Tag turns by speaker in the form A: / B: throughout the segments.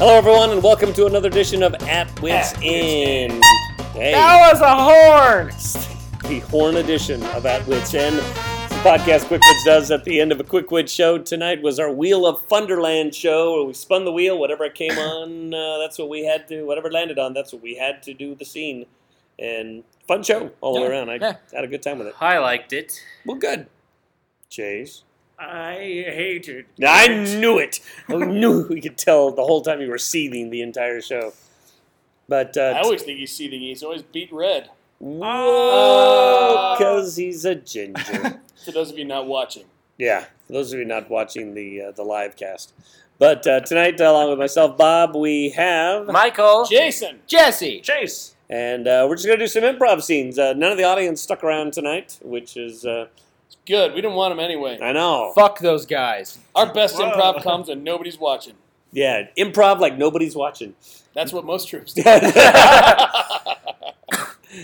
A: Hello, everyone, and welcome to another edition of At Wits
B: At Wits
A: End. Hey,
B: That was a horn!
A: the horn edition of At Wits End. It's The podcast Quick Wits does at the end of a Quick Wits show. Tonight was our Wheel of Thunderland show, where we spun the wheel. Whatever it came on, uh, that's what we had to. Whatever it landed on, that's what we had to do. The scene and fun show all the way
C: Yeah,
A: around. I
C: yeah.
A: had a good time with it.
C: I liked it.
A: Well, good. Chase,
B: I hated
A: I knew it. I knew we could tell the whole time you were seething the entire show. But uh,
D: I always think he's seething. He's always beat red. Uh,
A: Whoa, because Oh, he's a ginger.
D: To those of you not watching,
A: yeah, for those of you not watching the uh, the live cast, but uh, tonight uh, along with myself, Bob, we have,
C: Michael.
D: Jason.
C: Jesse.
B: Chase.
A: and uh, we're just gonna do some improv scenes. Uh, none of the audience stuck around tonight, which is uh,
D: Good. We didn't want him anyway.
A: I know,
C: Fuck those guys.
D: Our best
B: Whoa.
D: improv comes when nobody's watching.
A: yeah, improv like nobody's watching. Oh,
D: That's what most troops do.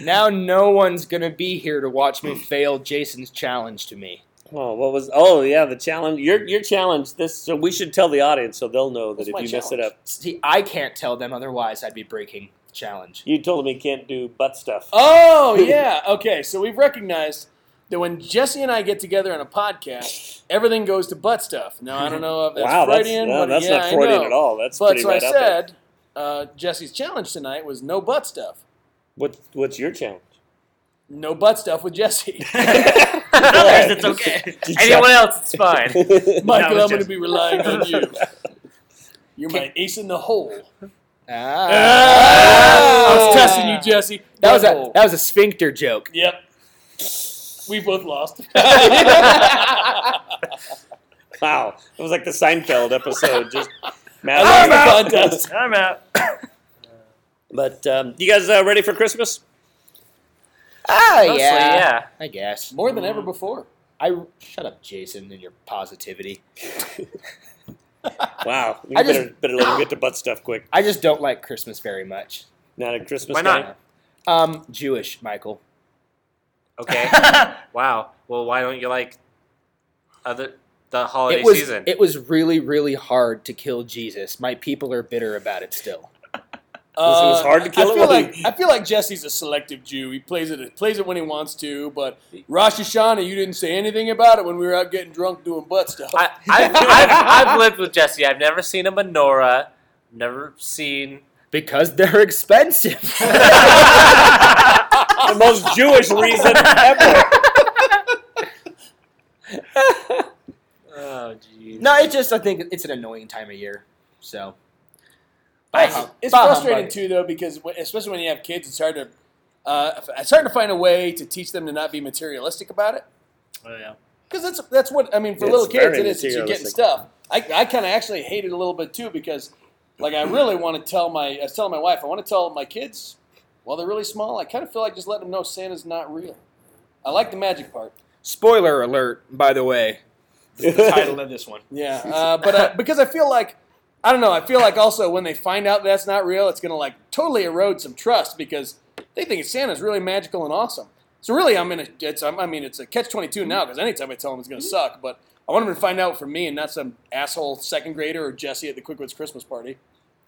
C: Now no one's gonna be here to watch me fail Jason's challenge to me.
A: Oh, what was? Oh, yeah, the challenge. Your your challenge. This so we should tell the audience so they'll know that
D: What's
A: if
D: my
A: you mess it
D: challenge?
A: up,
C: See, I can't tell them otherwise I'd be breaking the challenge.
A: you told them you can't do butt stuff.
D: oh yeah. Okay. So we've recognized that when Jesse and I get together on a podcast, everything goes to butt stuff. Now I don't know if that's
A: wow, that's,
D: Freudian.
A: no,
D: but
A: that's
D: yeah,
A: not
D: I
A: Freudian
D: know.
A: at all. That's
D: But
A: pretty
D: so
A: right
D: I
A: up there.
D: said, uh, Jesse's challenge tonight was no butt stuff.
A: What what's your challenge?
D: No butt stuff with Jesse.
A: Others,
B: it's okay.
A: You
B: Anyone else, it's fine.
D: Michael,
B: No, it's
D: I'm going to
B: just-
D: be relying on you. You're my ace in the hole.
A: Oh!
C: Ah.
D: I was testing you, Jesse.
C: That was a
D: hole.
C: that was a sphincter joke.
D: Yep. We both lost.
C: Ah,
A: wow, it was like the Seinfeld episode. Just
D: I
A: mad.
D: lost the contest.
B: I'm out.
A: But um, you guys uh, ready for Christmas?
C: Oh
B: Mostly, yeah.
C: I guess.
D: More than
A: Mm.
D: ever before.
C: I shut up, Jason, and your positivity.
A: Wow, you
C: I
A: better
C: just-
A: better let him get to butt stuff quick.
C: I just don't like Christmas very much.
A: Not a Christmas.
E: Why not?
A: guy?
C: Um, Jewish, Michael.
E: Okay. wow. Well, why don't you like other the holiday
C: it was
E: season?
C: it was really really hard to kill Jesus. My people are bitter about it still.
A: it was
D: Uh,
A: hard to kill
D: I
A: it
D: feel
A: when
D: like I feel like Jesse's a selective Jew. He plays it plays it when he wants to. But Rosh Hashanah, you didn't say anything about it when we were out getting drunk doing butt stuff.
E: I, I've, I've, I've lived with Jesse. I've never seen a menorah. Never seen. Oh,
C: Because they're expensive.
A: the most Jewish reason ever.
E: Oh, jeez.
C: no, it's just I think it's an annoying time of year. So
D: It's, it's
C: Bah
D: frustrating
C: humbug.
D: too, though, because when- especially when you have kids, it's hard to uh, it's hard to find a way to teach them to not be materialistic about it.
E: Oh, yeah.
D: Because that's that's what I mean for
A: It's
D: little kids.
A: very
D: It is that you're getting
A: materialistic.
D: stuff. I, I kind of actually hate it a little bit too because, like, I really want to tell my I was telling my wife I want to tell my kids while they're really small. I kind of feel like just letting them know Santa's not real. I like the magic part.
C: spoiler alert, by the way. The title of this one.
D: Yeah, uh, but uh, because I feel like I don't know. I feel like also when they find out that's not real, it's gonna like totally erode some trust because they think Santa's really magical and awesome. So really, I'm in a. It's, I'm, I mean, it's a catch twenty two now because anytime I tell them it's gonna suck, but I want them to find out for me and not some asshole second grader or Jesse at the Quickwoods Christmas party.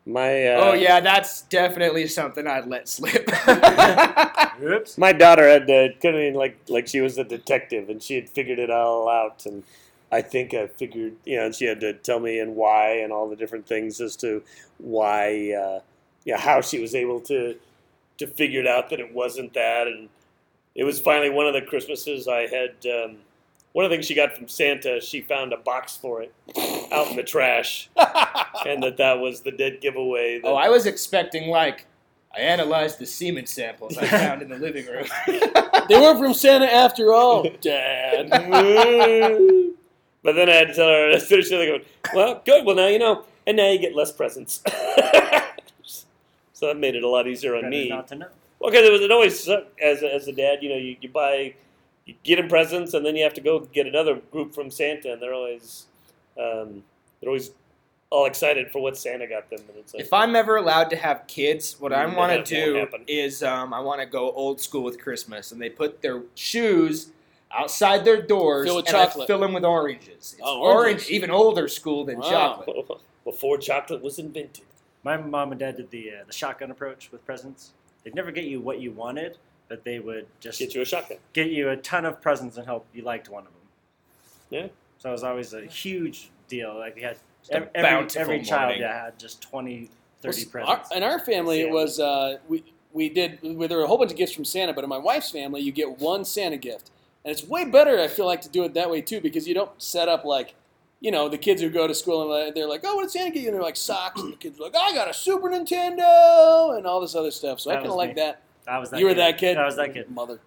A: My uh,
C: Oh yeah, that's definitely something I'd let slip.
E: Oops.
A: My daughter had uh, kind of like like she was a detective and she had figured it all out and I think I figured you know and she had to tell me and why and all the different things as to why uh, yeah how she was able to to figure it out that it wasn't that and it was finally one of the Christmases I had um, one of the things she got from Santa she found a box for it out in the trash and that that was the dead giveaway. That,
C: oh, I was expecting like I analyzed the semen samples I found in the living room.
D: They were from Santa after all, Dad.
A: Oh, but then I had to tell her, as soon as she was going, well, good, well, now you know. And now you get less presents. so that made it a lot easier on me.
B: Not to know.
A: Well, because it was it always sucked as a, as a dad, you know, you, you buy, you get them presents, and then you have to go get another group from Santa, and they're always, um, they're always all excited for what Santa got them, and it's like,
C: If I'm ever allowed to have kids, what I
A: Mm,
C: want
A: that
C: to
A: won't
C: do
A: happen.
C: is um, I want to go old school with Christmas, and they put their shoes outside their doors
D: Fill with
C: and I
D: chocolate.
C: fill them with oranges. It's
D: Oh,
C: orange,
D: oranges.
C: even older school than
D: Wow.
C: chocolate.
A: before chocolate was invented.
F: My mom and dad did the uh, the shotgun approach with presents. They'd never get you what you wanted, but they would just
A: Get you a shotgun.
F: get you a ton of presents and hope you liked one of them.
A: Yeah.
F: So it was always a huge deal. Like we had
C: a
F: ev- every,
C: bountiful
F: every child
C: morning.
F: yeah, had just 20, 30
D: Well, our-
F: presents.
D: in our family, it
F: Yeah.
D: was uh, we we did well, there were a whole bunch of gifts from Santa, but in my wife's family, you get one Santa gift, and it's way better. I feel like to do it that way too because you don't set up like. You know, the kids who go to school and they're like, oh, what did Santa get you? And they're like, socks. And the kid's like, I got a Super Nintendo and all this other stuff. So I
F: That
D: kind of
F: was
D: like
F: me.
D: that.
F: I was that
D: you were
F: kid.
D: that kid?
F: I was that kid.
D: Mother.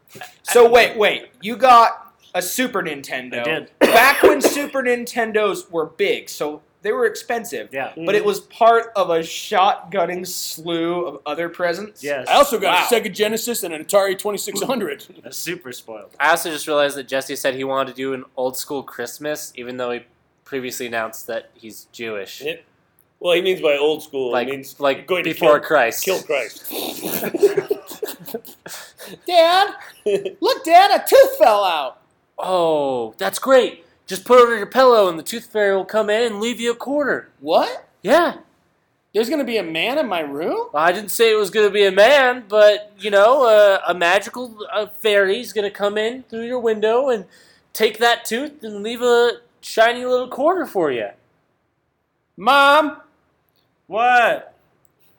C: So wait, wait. You got a Super Nintendo.
F: I did.
C: Back when Super Nintendos were big, so they were expensive.
F: Yeah.
C: But
A: Mm.
C: it was part of a shotgunning slew of other presents.
F: Yes.
D: I also got
C: Wow.
D: a Sega Genesis and an Atari 2600.
F: I was super spoiled.
E: I also just realized that Jesse said he wanted to do an old school Christmas, even though he previously announced that he's Jewish.
A: Yeah. Well, he means by old school.
E: Like,
A: he means
E: like
A: going to
E: before
A: kill-
E: Christ.
A: kill Christ.
D: Dad, look, Dad, a tooth fell out.
E: Oh, that's great. Just put it under your pillow, and the tooth fairy will come in and leave you a quarter.
D: What?
E: Yeah.
D: There's going to be a man in my room?
E: Well, I didn't say it was going to be a man, but you know, uh, a magical uh, fairy's going to come in through your window and take that tooth and leave a shiny little quarter for you.
D: Mom,
F: What?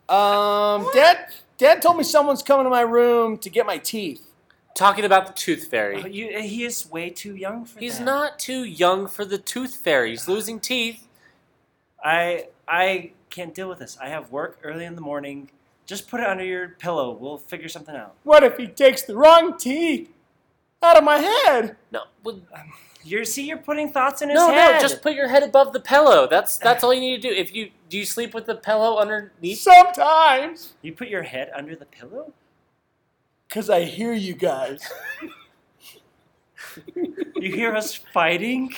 D: Um, Dad, Dad told me someone's coming to my room to get my teeth.
E: Talking about the tooth
F: Oh,
E: fairy,
F: you, he is way too young for
E: he's
F: that.
E: not too young for the tooth fairy. He's losing teeth.
F: I I can't deal with this. I have work early in the morning. Just put it under your pillow. We'll figure something out.
D: What if he takes the wrong teeth out of my head?
E: No, well,
F: You see, you're putting thoughts in his
E: no,
F: head.
E: no. Just put your head above the pillow. That's that's all you need to do. If you do, you sleep with the pillow underneath.
D: Sometimes,
F: you put your head under the pillow.
D: because I hear you guys.
F: You hear us fighting.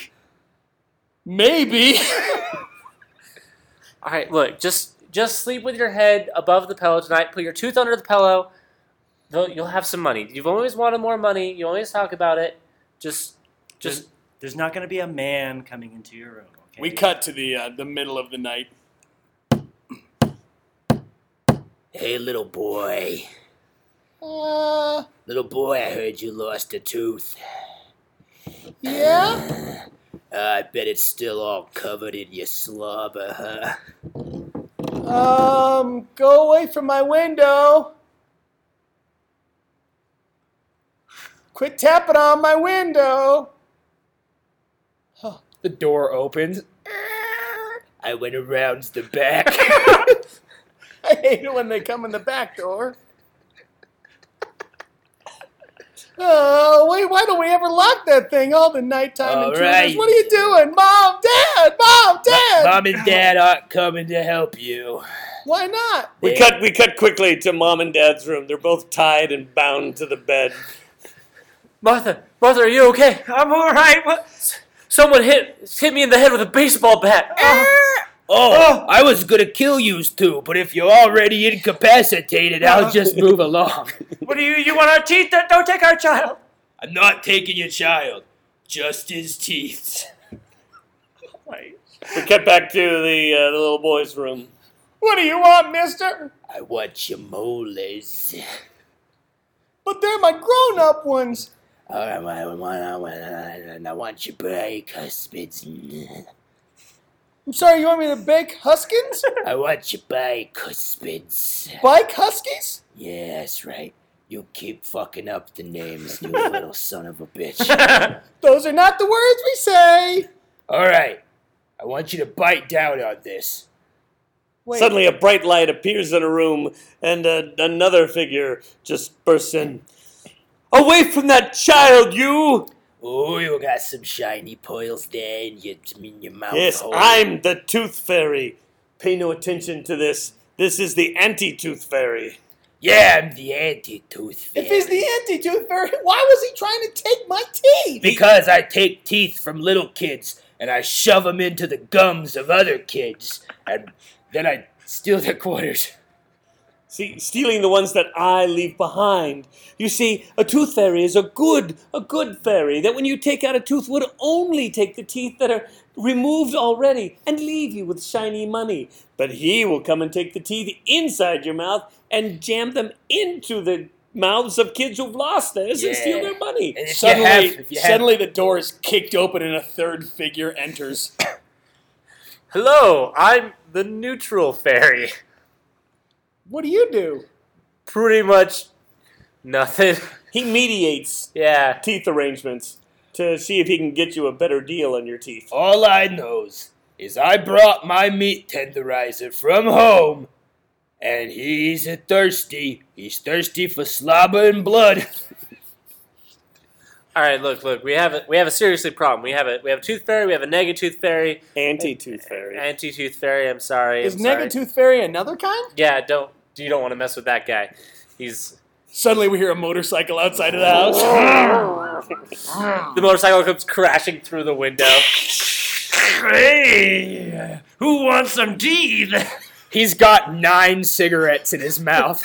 D: Maybe.
E: All right, look, just just sleep with your head above the pillow tonight. Put your tooth under the pillow. Though you'll have some money. You've always wanted more money. You always talk about it. Just just
F: There's not going to be a man coming into your room. Okay?
D: we cut to the uh, the middle of the night.
G: Hey, little boy.
D: Uh,
G: Little boy, I heard you lost a tooth.
D: yeah.
G: Uh, I bet it's still all covered in your slobber, huh?
D: Um, go away from my window. Quit tapping on my window.
C: The door opens.
G: I went around the back.
D: I hate it when they come in the back door. Oh, wait, why don't we ever lock that thing all the nighttime
G: All
D: intruders?
G: right.
D: What are you doing? Mom, Dad, Mom, Dad!
G: Mom and Dad aren't coming to help you.
D: Why not?
A: We
G: Yeah.
A: cut. We cut quickly to mom and dad's room. They're both tied and bound to the bed.
E: Martha, Martha, are you okay?
F: I'm all right. What?
E: Someone hit hit me in the head with a baseball bat.
D: Uh-huh.
G: Oh, I was gonna kill yous two, but if you're already incapacitated,
D: Uh-huh.
G: I'll just move along.
F: What do you? You want our teeth? Don't- Don't take our child.
G: I'm not taking your child, just his teeth.
F: Wait.
A: We cut back to the, uh, the little boy's room.
D: What do you want, mister?
G: I want your moles.
D: But they're my grown up ones.
G: All right, I want, I want, I want your break, husbands.
D: I'm sorry, you want me to bake Huskins?
G: I want your bike, husbands.
D: Bike Huskies?
G: Yeah, that's right. You keep fucking up the names, you little son of a bitch.
D: Those are not the words we say.
G: All right, I want you to bite down on this.
D: Wait,
A: Suddenly, a bright light appears in a room, and uh, another figure just bursts in. Away from that child, you!
G: Oh, you got some shiny pearls there in your, in your mouth.
A: Yes,
G: hole.
A: I'm the Tooth Fairy. Pay no attention to this. This is the anti Tooth Fairy.
G: Yeah, I'm the anti-tooth fairy.
D: if he's the anti tooth fairy, why was he trying to take my teeth?
G: Because I take teeth from little kids and I shove them into the gums of other kids, and then I steal their quarters.
A: See, stealing the ones that I leave behind. You see, a tooth fairy is a good, a good fairy that when you take out a tooth would only take the teeth that are removed already and leave you with shiny money. But he will come and take the teeth inside your mouth and jam them into the mouths of kids who've lost theirs and steal
G: Yeah.
A: their money.
G: And if you
D: Suddenly,
G: have, if you have,
D: suddenly the door is kicked open and a third figure enters.
E: Hello, I'm the neutral fairy.
D: What do you do?
E: Pretty much nothing.
A: He mediates
E: Yeah.
A: teeth arrangements to see if he can get you a better deal on your teeth.
G: all I knows is I brought my meat tenderizer from home, and he's a thirsty. He's thirsty for slobber and blood.
E: All right, look, look. We have a we have a seriously problem. We have a we have a tooth fairy. We have a nega tooth fairy,
A: Anti tooth fairy.
E: anti tooth fairy. I'm sorry.
D: Is
E: I'm sorry.
D: Nega Tooth Fairy another kind?
E: Yeah, don't you don't want to mess with that guy. He's
D: Suddenly, we hear a motorcycle outside of the house. Oh.
E: the motorcycle comes crashing through the window.
F: Hey, who wants some teeth?
G: He's got nine cigarettes in his mouth.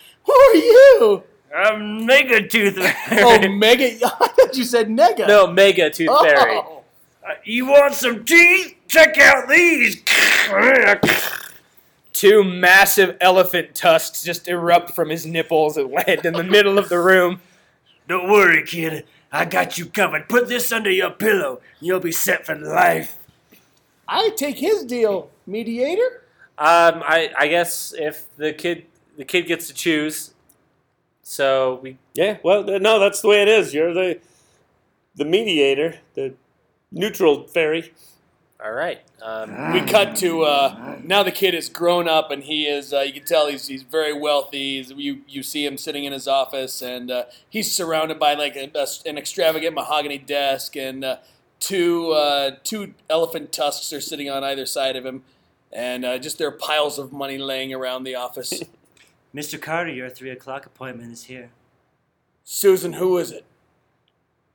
D: Who are you?
F: I'm mega tooth.
D: Oh, Mega. I thought you said Nega.
E: No, mega tooth
D: Oh.
E: fairy.
F: you want some teeth? Check out these.
G: Two massive elephant tusks just erupt from his nipples and land in the middle of the room.
F: Don't worry, kid. I got you covered. Put this under your pillow. You'll be set for life.
D: I take his deal, mediator.
E: Um, I I guess if the kid the kid gets to choose, so we
A: Yeah, well, th- no, that's the way it is. You're the the mediator, the neutral fairy.
E: all right. Um,
F: Ah.
D: We
F: Mm.
D: cut to uh, now. The kid is grown up, and he is. Uh, you can tell he's he's very wealthy. He's, you you see him sitting in his office, and uh, he's surrounded by like a, a- an extravagant mahogany desk, and uh, two uh, two elephant tusks are sitting on either side of him, and uh, just there are piles of money laying around the office.
F: Mr. Carter, your three o'clock appointment is here.
D: Susan, who is it?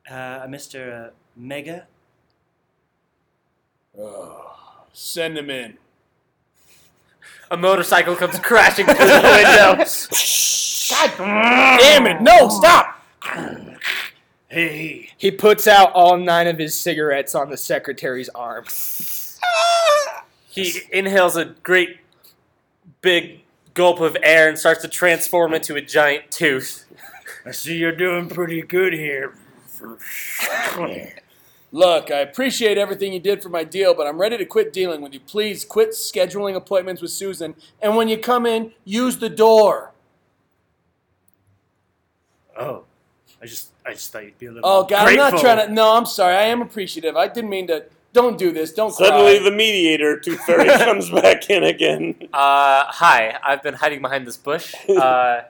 F: Uh, Mr. Uh, Mega.
D: Send him in.
E: a motorcycle comes crashing through the window.
D: Damn it! No, stop.
F: Hey,
G: He puts out all nine of his cigarettes on the secretary's arm.
E: He inhales a great big gulp of air and starts to transform into a giant tooth.
F: I see you're doing pretty good here.
D: Look, I appreciate everything you did for my deal, but I'm ready to quit dealing with you. Please quit scheduling appointments with Susan, and when you come in, use the door.
F: Oh, I just, I just thought you'd be a little.
D: Oh God, I'm not
F: grateful.
D: trying to. No, I'm sorry. I am appreciative. I didn't mean to. Don't do this. Don't
A: Suddenly,
D: cry.
A: the mediator, tooth fairy, comes back in again.
E: Uh, hi, I've been hiding behind this bush. Uh,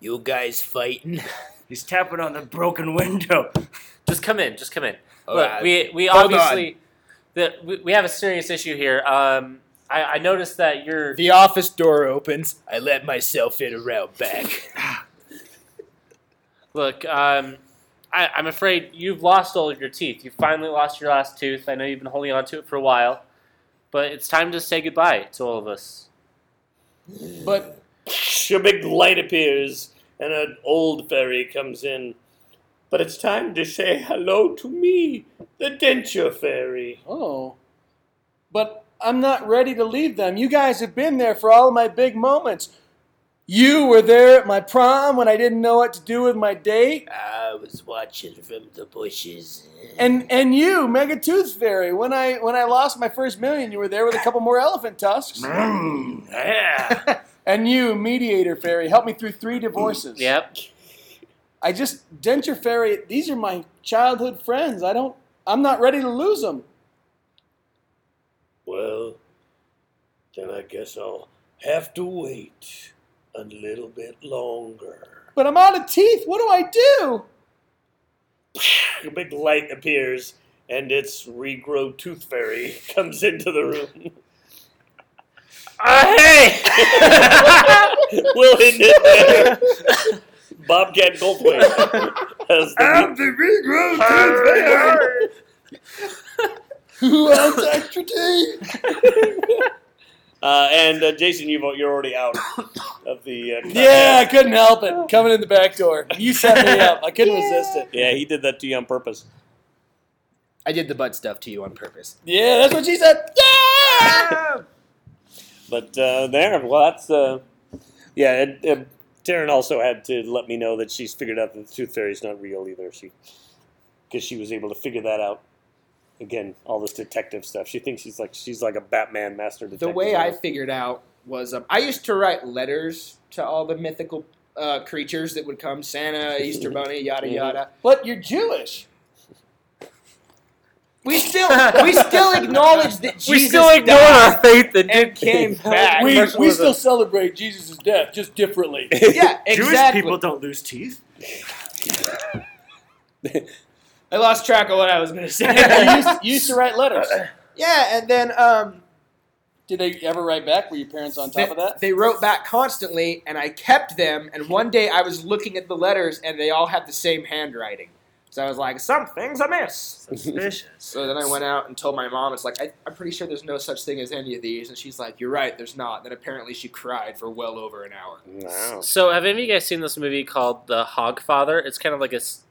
G: You guys fighting?
F: He's tapping on the broken window.
E: just come in, just come in.
G: All
E: Look,
G: right.
E: we we
G: Hold
E: obviously that we, we have a serious issue here. Um, I, I noticed that you're
G: The office door opens. I let myself in around back.
E: look. Um, I, I'm afraid you've lost all of your teeth. You finally lost your last tooth. I know you've been holding on to it for a while, but it's time to say goodbye to all of us.
D: but
A: A big light appears, and an old fairy comes in. But it's time to say hello to me, the denture fairy.
D: oh, but I'm not ready to leave them. You guys have been there for all of my big moments. You were there at my prom when I didn't know what to do with my date,
G: I was watching from the bushes.
D: and and you, Mega Tooth Fairy, when I when I lost my first million, you were there with a couple more elephant tusks,
F: Mm, yeah.
D: and you, Mediator Fairy, helped me through three divorces.
E: Yep.
D: I just denture fairy. These are my childhood friends. I don't. I'm not ready to lose them.
A: Well, then I guess I'll have to wait a little bit longer.
D: But I'm out of teeth. What do I do?
A: A big light appears, and its regrow tooth fairy comes into the room.
E: Uh, hey.
A: Will it there? Bobcat Goldthwait. As the-
D: Who else extra teeth?
A: Uh, and uh, Jason, you've, you're already out of the. Uh,
D: Yeah, I couldn't help it. Coming in the back door. You set me up. I couldn't resist it.
A: Yeah, he did that to you on purpose.
C: I did the butt stuff to you on purpose.
D: Yeah, that's what she said. Yeah!
A: But uh, there, well, that's. Uh, yeah, and, and Taryn also had to let me know that she's figured out that the tooth fairy is not real either. She, because she was able to figure that out. Again, all this detective stuff. She thinks she's like she's like a Batman master detective.
C: The way I figured out was um, I used to write letters to all the mythical uh, creatures that would come Santa, Easter Bunny, yada
A: Mhm.
C: yada.
D: But you're Jewish.
C: We still we still acknowledge that Jesus
E: we still ignore
C: died
E: our faith that
C: and came back.
D: We, we still celebrate Jesus' death, just differently.
C: yeah, exactly.
F: Jewish people don't lose teeth.
C: I lost track of what I was going to
D: you,
C: say.
D: used, you used to write letters.
C: yeah, and then um,
D: Did they ever write back? Were your parents on top
C: they,
D: of that?
C: they wrote back constantly, and I kept them. And one day I was looking at the letters, and they all had the same handwriting. So I was like, something's amiss.
F: Suspicious.
C: So then I went out and told my mom, it's like, I, I'm pretty sure there's no such thing as any of these. And she's like, you're right, there's not. And then apparently she cried for well over an hour.
A: Wow.
E: So, have any of you guys seen this movie called The Hogfather? It's kind of like a, s-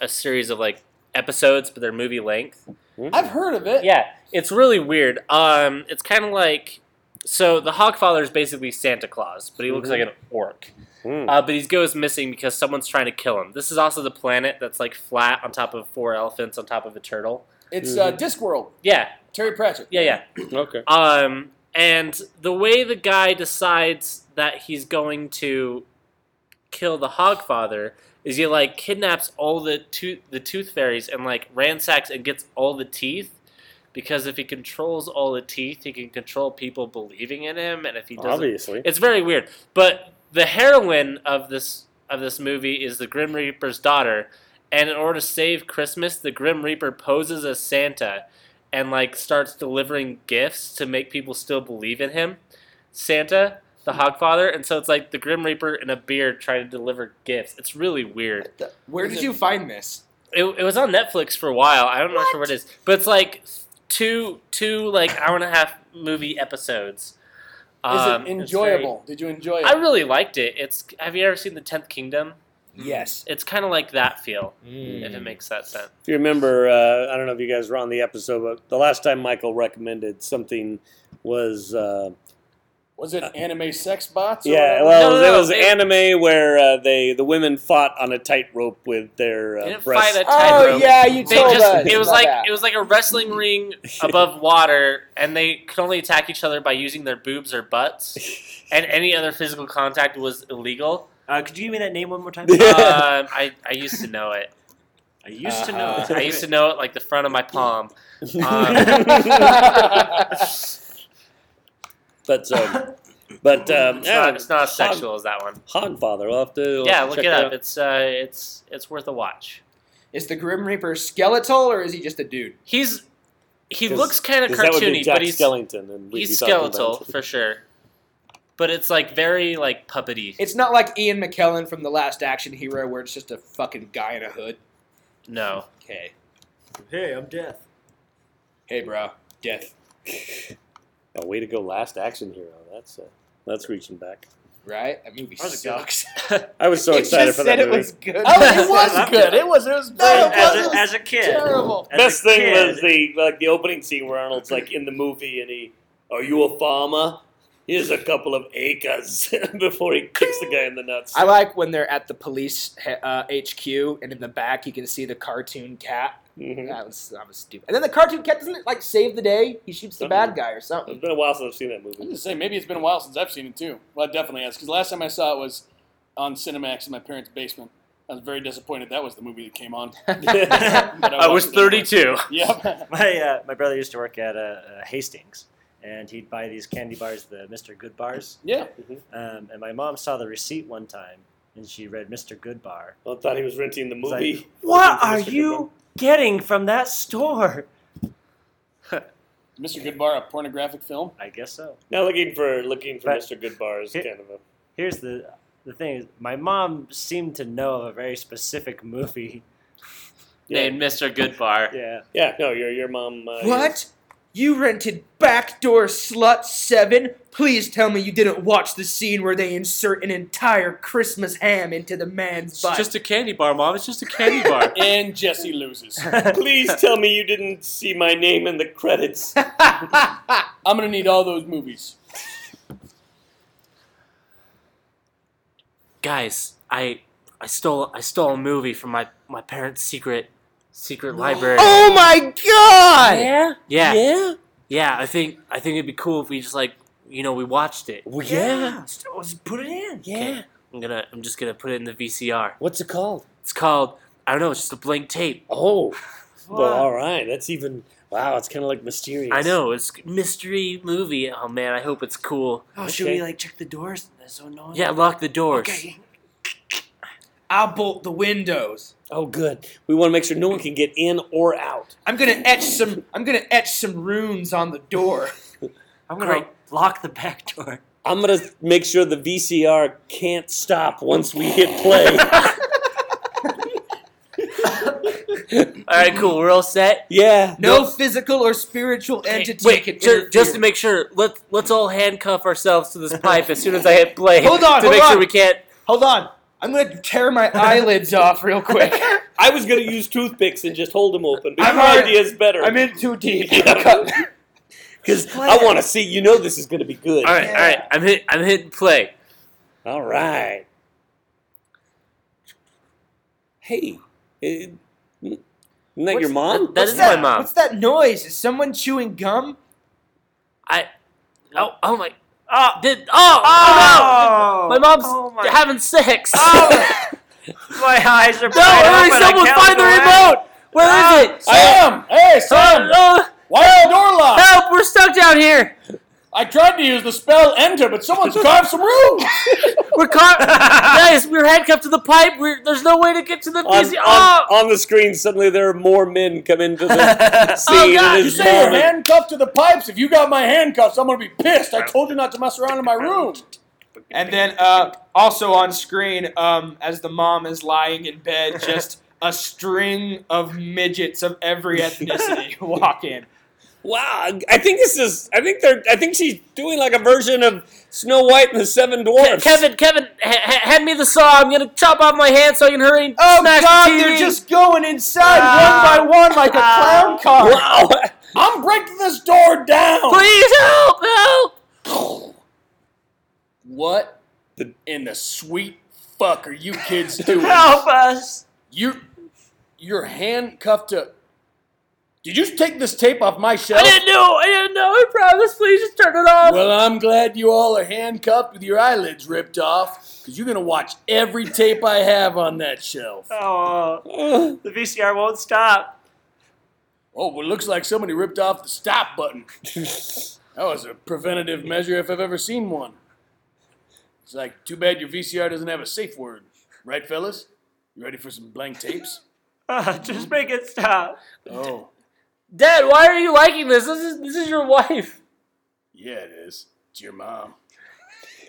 E: a series of like episodes, but they're movie length.
D: I've heard of it.
E: Yeah, it's really weird. Um, it's kind of like so the Hogfather is basically Santa Claus, but he looks like an orc.
A: Hmm.
E: Uh, but he goes missing because someone's trying to kill him. This is also the planet that's like flat on top of four elephants on top of a turtle.
D: It's
E: Mm-hmm.
D: uh, Discworld.
E: Yeah,
D: Terry Pratchett.
E: yeah, yeah.
A: Okay.
E: Um, and the way the guy decides that he's going to kill the Hogfather is he like kidnaps all the tooth the tooth fairies and like ransacks and gets all the teeth because if he controls all the teeth, he can control people believing in him, and if he doesn't,
A: Obviously.
E: it's very weird. But the heroine of this of this movie is the Grim Reaper's daughter, and in order to save Christmas, the Grim Reaper poses as Santa and like starts delivering gifts to make people still believe in him. Santa, the Hogfather, and so it's like the Grim Reaper in a beard trying to deliver gifts. It's really weird.
C: Where
D: Is
C: did
D: it-
C: you find this?
E: It, it was on Netflix for a while. I'm not sure what it is, but it's like two two like hour and a half movie episodes.
D: Is it
E: Um, it's very-
D: enjoyable? Did you enjoy it?
E: I really liked it. It's have you ever seen the Tenth Kingdom?
D: Hmm.
C: Yes.
E: It's kind of like that feel, if it makes that sense.
A: If you remember, uh, I don't know if you guys were on the episode, but the last time Michael recommended something was uh,
D: was it anime sex bots? or
A: yeah,
D: whatever?
A: well,
E: No, no,
A: it
E: no,
A: was
E: it-
A: anime where uh, they the women fought on a tightrope with their
E: They
A: uh,
E: didn't
A: breasts.
F: Oh,
E: fight a tightrope.
C: yeah, you
E: They just, it was like it was like a wrestling ring above water, and they could only attack each other by using their boobs or butts, and any other physical contact was illegal.
F: Uh, could you give me that name one more time?
E: um, I I used to know it.
F: I used to know.
C: Uh,
F: that.
E: I used to know it like the front of my palm. Um, uh,
A: but um, but um,
E: it's,
A: yeah,
E: not, it's not as sexual as that one.
A: Hogfather. We'll have to we'll
E: Yeah,
A: have to
E: look
A: check
E: it
A: that
E: up. It's uh, it's it's worth a watch.
C: Is the Grim Reaper skeletal or is he just a dude?
E: He's he
A: 'Cause-
E: looks kind of
A: 'Cause that would be
E: cartoony,
A: Jack
E: but he's
A: Skellington, and we'd be
E: he's
A: talking about-
E: skeletal for sure. But it's like very like puppety.
C: It's not like Ian McKellen from The Last Action Hero where it's just a fucking guy in a hood.
E: No,
C: Okay.
F: hey, I'm death.
C: Hey, bro. Death.
A: Oh, way to go, last action hero. That's uh, that's reaching back.
C: Right? That movie
F: That was a good-
C: sucks.
A: I was so
C: It
A: excited
C: just
A: for that
C: said
A: movie.
C: Oh, It was good.
D: Oh, it was good. It was. It was.
F: As,
D: very
F: a- as
D: good.
F: a, as a kid.
D: terrible.
F: As
A: Best
F: a
A: thing
F: kid.
A: was the like the opening scene where Arnold's like in the movie and he, are you a farmer? Here's a couple of acres before he kicks the guy in the nuts.
C: I like when they're at the police he- uh, HQ, and in the back you can see the cartoon cat.
A: Mhm.
C: That was that was stupid. And then the cartoon cat doesn't it, like save the day. He shoots the bad guy or
A: It's
C: something.
A: been a while since I've seen that
D: I'm
A: movie.
D: just saying, maybe it's been a while since I've seen it too. Well, it definitely has. Because last time I saw it was on Cinemax in my parents' basement. I was very disappointed. That was the movie that came on. But
E: I was
D: watched it anyway.
E: 32.
D: Yep.
F: My uh, my brother used to work at uh, uh, Hastings, and he'd buy these candy bars, the Mr. Good bars.
D: Yeah.
F: Um, and my mom saw the receipt one time, and she read Mr. Good bar.
A: I thought he was renting the
F: like,
A: movie. Looking
F: What
A: for
F: are
A: Mr. Goodbar.
F: you getting from that store?
D: Mr. Goodbar, a pornographic film.
F: I guess so.
A: Now looking for looking for
F: But-
A: Mr. Goodbar is
F: Here-
A: kind of a
F: Here's the the thing: is my mom seemed to know of a very specific movie.
A: yeah.
E: Named Mr. Goodbar.
F: Yeah,
A: Yeah, no, your your mom. Uh,
C: What? You rented Backdoor Slut 7? Please tell me you didn't watch the scene where they insert an entire Christmas ham into the man's
E: It's
C: butt.
E: just a candy bar, Mom. It's just a candy bar.
D: And Jesse loses.
A: Please tell me you didn't see my name in the credits.
D: I'm gonna need all those movies.
E: Guys, I I stole I stole a movie from my my parents' secret secret library.
C: oh my god!
E: yeah? Yeah. Yeah. Yeah, I think I think it'd be cool if we just like, you know, we watched it.
G: Well,
F: Just, just put it in.
E: Okay, I'm going to I'm just going to put it in the VCR.
G: What's it called?
E: It's called I don't know, it's just a blank tape.
A: Oh, well,
F: Wow.
A: all right. That's even wow. It's kind of like mysterious.
E: I know, it's mystery movie. Oh man, I hope it's cool.
F: Oh, should we
A: Okay.
F: like check the doors so no one?
E: Yeah, lock the doors.
F: Okay.
C: I'll bolt the windows.
A: Oh, good. We want to make sure no one can get in or out.
C: I'm gonna etch some. I'm gonna etch some runes on the door.
F: I'm gonna
E: Great.
F: lock the back door.
A: I'm gonna make sure the VCR can't stop once we hit play.
E: All right, cool. We're all set.
A: yeah.
C: No physical or spiritual entity
E: Wait,
C: can
E: ju- just to
C: interfere.
E: make sure, let let's all handcuff ourselves to this pipe as soon as I hit play.
C: Hold on,
E: to
C: hold
E: make
C: on.
E: sure we can't.
C: Hold on. I'm gonna tear my eyelids off real quick.
A: I was gonna use toothpicks and just hold them open. But
C: I'm
A: your
C: already-
A: idea is better.
C: I'm in too deep.
A: because I want to see. You know, this is gonna be good.
E: All right, all right. I'm hit. I'm hitting play.
A: All right. Hey, eh, isn't that your mom?
E: That
C: What's
E: is
C: that?
E: my mom.
C: What's that noise? Is someone chewing gum?
E: I. Oh, oh my.
F: Oh,
C: Ah.
E: Did oh, oh no! My mom's having sex.
C: Ah.
F: Oh, my eyes are.
E: no! Hurry, someone find the remote. Where is it?
D: Sam! Hey, Sam!
E: Oh,
D: Why is the door
E: oh,
D: locked?
E: help! We're stuck down here.
D: I tried to use the spell enter, but someone's carved some runes!
E: We're caught, guys. We're handcuffed to the pipe. We're, there's no way to get to the
A: On, on,
E: PC. Oh,
A: on the screen, suddenly there are more men come into the scene.
E: Oh, God,
A: and
D: You
A: it's
D: say you're
A: Mormon.
D: handcuffed to the pipes. If you got my handcuffs, I'm gonna be pissed. I told you not to mess around in my room.
C: And then uh, also on screen, um, as the mom is lying in bed, just a string of midgets of every ethnicity walk in.
A: Wow, I think this is. I think they're. I think she's doing like a version of Snow White and the Seven Dwarfs.
E: Kevin, Kevin, ha- ha- hand me the saw. I'm gonna chop off my hand so I can hurry and
C: Oh
E: smash
C: God!
E: the TV.
C: They're just going inside
E: Ah.
C: one by one like a
B: Ah.
C: clown car.
A: Wow,
D: I'm breaking this door down.
E: Please help! Help!
D: What the, in the sweet fuck are you kids doing?
F: Help us!
D: You, you're handcuffed to. Did you take this tape off my shelf?
E: I didn't know. I didn't know. I promise. Please just turn it off.
D: Well, I'm glad you all are handcuffed with your eyelids ripped off, because you're gonna watch every tape I have on that shelf.
F: Oh, the VCR won't stop.
D: Oh, well, looks like somebody ripped off the stop button. that was a preventative measure if I've ever seen one. It's like, too bad your VCR doesn't have a safe word. Right, fellas? You ready for some blank tapes?
F: Oh, just make it stop.
D: Oh,
E: Dad, why are you liking this? This is this is your wife.
D: yeah, it is. It's your mom.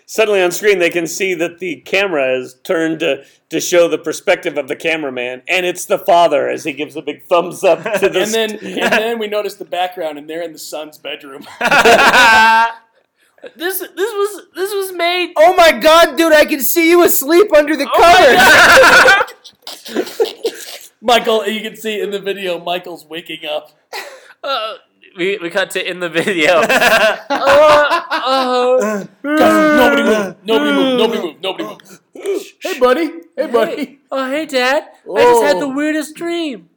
A: Suddenly on screen, they can see that the camera is turned to, to show the perspective of the cameraman, and it's the father as he gives a big thumbs up to the.
D: And then, and then we notice the background, and they're in the son's bedroom.
E: This this was this was made. Oh
C: Oh my God, dude! I can see you asleep under the
D: Michael, you can see in the video, Michael's waking up.
E: Uh, we we cut to in the video. Uh, uh,
D: Guys, nobody move. Nobody move. Nobody move. Nobody move. Hey, buddy. Hey, buddy.
E: oh hey, Dad. I just had the
D: Oh.
E: weirdest dream.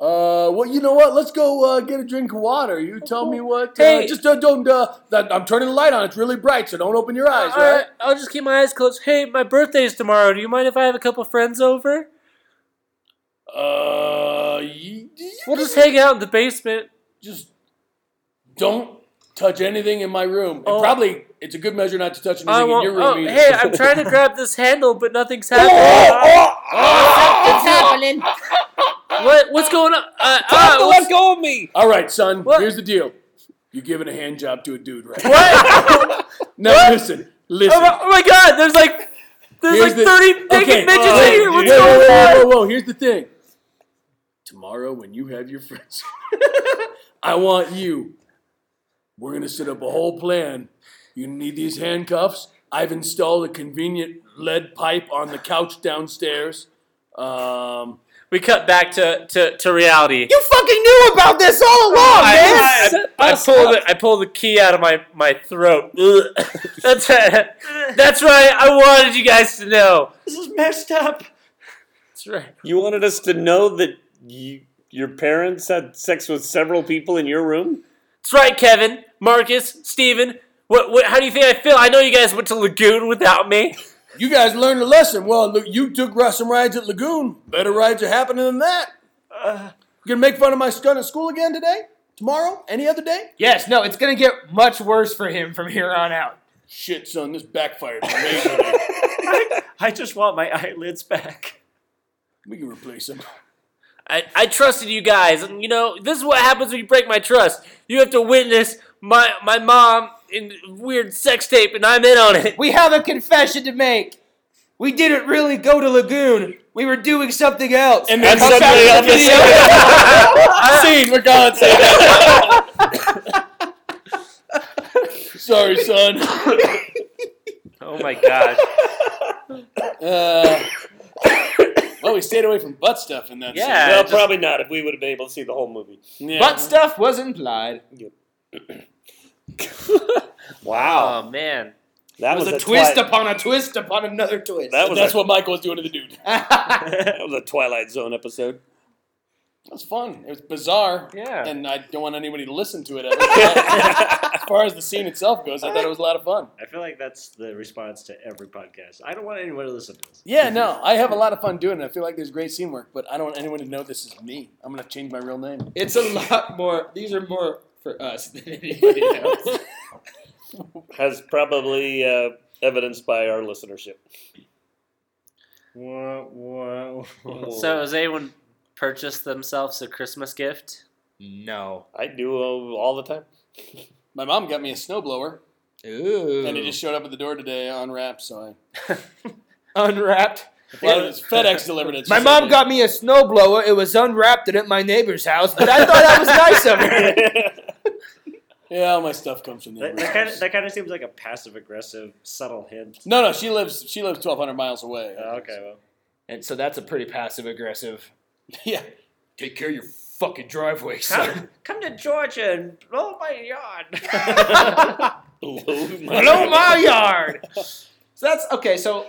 D: Uh, well, you know what? Let's go uh, get a drink of water. You tell me what. Uh,
E: Hey.
D: Just uh, don't. Uh, that, I'm turning the light on. It's really bright, so don't open your eyes,
E: All
D: right?
E: right, I'll just keep my eyes closed. Hey, my birthday's tomorrow. Do you mind if I have a couple friends over?
D: Uh, you,
E: We'll just hang out in the basement.
D: just don't touch anything in my room. And
E: Oh.
D: probably it's a good measure not to touch
E: I
D: anything in
E: won't.
D: your
E: Oh,
D: room Oh, either.
E: hey, I'm trying to grab this handle, but nothing's happening.
D: oh,
E: Oh,
B: What's happening?
E: What? What's going on? Uh, uh,
A: Father,
E: what's-
A: let go of me!
D: All right, son.
E: What?
D: Here's the deal. You're giving a hand job to a dude, right?
E: what?
D: Now listen,
E: Oh
D: listen.
E: my, oh my god, there's like there's
D: Here's
E: like
D: the-
E: 30 naked
D: okay,
E: bitches
D: wait,
E: in here. What's
D: whoa,
E: going on?
D: whoa, whoa, whoa, whoa, here's the thing. Tomorrow, when you have your friends, I want you
H: We're going to set up a whole plan. You need these handcuffs. I've installed a convenient lead pipe on the couch downstairs. Um,
E: We cut back to, to, to reality.
B: You fucking knew about this all
C: Oh
B: along, man.
E: I, I, I, I pulled it, I pulled the key out of my, my throat. Ugh. that's, that's right. I wanted you guys to know.
F: This is messed up.
E: That's right.
A: You wanted us to know that you, your parents had sex with several people in your room?
E: That's right, Kevin, Marcus, Steven. What, what, how do you think I feel? I know you guys went to Lagoon without me.
H: you guys learned a lesson. Well, look, you took r- some rides at Lagoon. Better rides are happening than that. you going to make fun of my son at school again today? Tomorrow? Any other day?
C: Yes, no, it's gonna get much worse for him from here on out.
H: Shit, son, this backfired amazingly.
F: I just want my eyelids back.
H: we can replace him.
E: I, I trusted you guys, and you know this is what happens when you break my trust. You have to witness my my mom in weird sex tape, and I'm in on it.
B: We have a confession to make. We didn't really go to Lagoon. We were doing something else.
D: And
A: That's
D: comes out
A: somebody
D: with a
A: on the
D: video. Scene, for God's sake.
H: Sorry, son.
E: Oh my gosh!
D: Uh, well, we stayed away from butt stuff in that scene.
E: Yeah,
A: well,
E: just-
A: probably not. If we would have been able to see the whole movie.
D: Yeah.
C: Butt stuff was implied.
A: wow,
E: oh man.
A: that
C: It was
A: was,
C: a, twist
A: Twi-
C: upon a twist upon another twist.
A: that was
D: That's
A: a,
D: what Michael was doing to the dude.
A: that was a Twilight Zone episode.
D: It was fun. It was bizarre.
E: Yeah.
D: And I don't want anybody to listen to it. I think. as far as the scene itself goes, I thought it was a lot of fun.
F: I feel like that's the response to every podcast. I don't want anyone to listen to this.
D: Yeah, no, I have a lot of fun doing it. I feel like there's great scene work, but I don't want anyone to know this is me. I'm gonna change my real name.
C: It's a lot more. These are more for us than anybody else.
A: Has probably uh, evidenced by our listenership.
F: Whoa, whoa.
E: So has anyone purchased themselves a Christmas gift?
C: no.
A: I do uh, all the time.
D: My mom got me a snowblower,
C: Ooh.
D: and it just showed up at the door today unwrapped. So
C: unwrapped.
D: I, well, it was FedEx delivered it. She
C: My
D: said
C: mom
D: it-
C: got me a snowblower. It was unwrapped and at my neighbor's house, but I thought that was nice of her.
D: Yeah, all my stuff comes from there.
F: That, that kind of that kind of seems like a passive aggressive subtle hint.
D: no, no, she lives. She lives 1,200 miles away.
F: Oh, okay, well,
C: And so that's a pretty passive aggressive.
D: Yeah.
C: Take care of your fucking driveway,
F: come, come to Georgia and blow my yard.
C: Blow my yard. So that's okay. So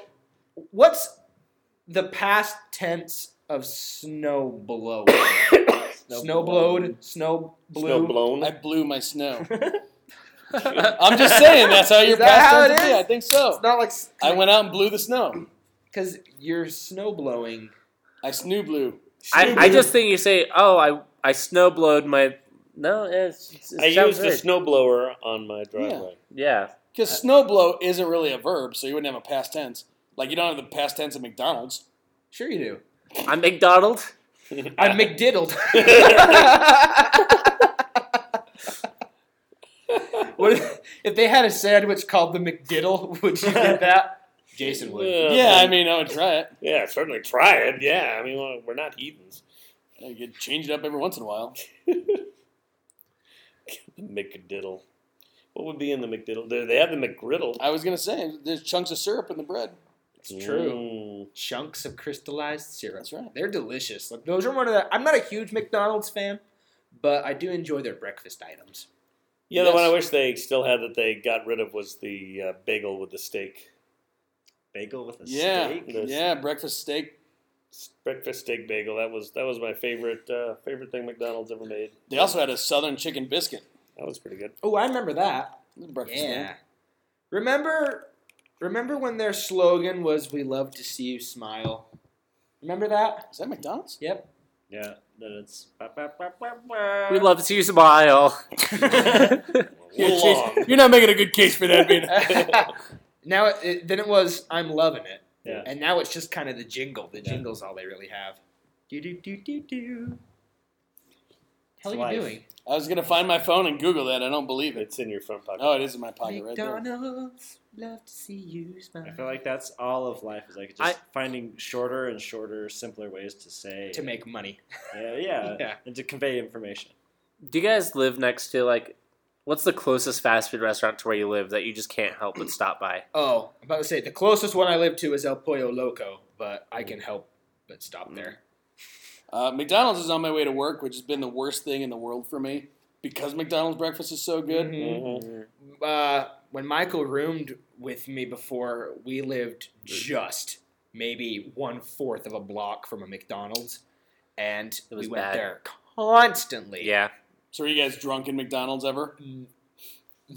C: what's the past tense of snow blow? snow blowed, snow
A: Snow
C: blew.
A: blown.
D: I blew my snow. I'm just saying that's how your
C: that
D: past
C: how
D: tense
C: it
D: is.
C: is?
D: I think so.
C: It's not like
D: I went out and blew the snow.
C: because you're snow blowing.
D: I snoo blew.
E: I, I just think you say, "Oh, I I snowblowed my." No, it's, it's it
A: I
E: sounds
A: used the
E: weird.
A: snowblower on my driveway.
E: Yeah,
D: Because snow blow isn't really a verb, so you wouldn't have a past tense. Like you don't have the past tense at McDonald's.
C: Sure you do.
E: I'm McDonald's.
C: I'm McDiddled. what if, if they had a sandwich called the McDiddle? Would you get that? Jason would.
D: Yeah, I mean I would try it.
A: yeah, certainly try it. Yeah, I mean, well, we're not heathens.
D: I could change it up every once in a while.
A: The McDiddle. What would be in the McDiddle? They they have the McGriddle.
D: I was gonna say there's chunks of syrup in the bread.
C: It's true.
A: Mm.
C: Chunks of crystallized syrup.
D: That's right.
C: They're delicious. Like those are one of the. I'm not a huge McDonald's fan, but I do enjoy their breakfast items.
A: Yeah,
D: Yes.
A: the one I wish they still had that they got rid of was the uh, bagel with the steak.
F: Bagel with a
D: Yeah.
F: steak.
A: The
D: Yeah, breakfast steak.
A: breakfast steak bagel. That was that was my favorite uh, favorite thing McDonald's ever made.
D: They also had a southern chicken biscuit.
A: That was pretty good.
C: Oh, I remember that.
D: Breakfast
C: Yeah.
D: steak.
C: Remember remember when their slogan was we love to see you smile? Remember that?
D: Is that McDonald's?
C: Yep.
F: Yeah, then it's.
E: We love to see you smile.
D: You're, chas- you're not making a good case for that being
C: now it, it- then it was I'm loving it.
F: Yeah.
C: And now it's just kind of the jingle. The
F: Yeah.
C: jingle's all they really have.
F: Do do do do do.
C: How are you
F: Life.
C: doing?
D: I was gonna find my phone and Google that. I don't believe it.
A: It's in your front pocket.
D: Oh, it is in my pocket right there.
C: McDonald's love to see you smile.
F: I feel like that's all of life is like just
E: I-
F: finding shorter and shorter, simpler ways to say uh,
C: to make money.
F: yeah, yeah,
C: Yeah.
F: and to convey information.
E: Do you guys live next to like What's the closest fast food restaurant to where you live that you just can't help but stop by?
C: Oh, I'm about to say the closest one I live to is El Pollo Loco, but I can help but stop there.
D: Uh, McDonald's is on my way to work, which has been the worst thing in the world for me because McDonald's breakfast is
E: Mm-hmm.
D: so good.
C: Mm-hmm.
A: Mm-hmm.
C: Uh, when Michael roomed with me before, we lived just maybe one fourth of a block from a McDonald's, and
E: It was
C: we went
E: bad.
C: there constantly. Mm,
E: Yeah.
D: So are you guys drunk in McDonald's ever?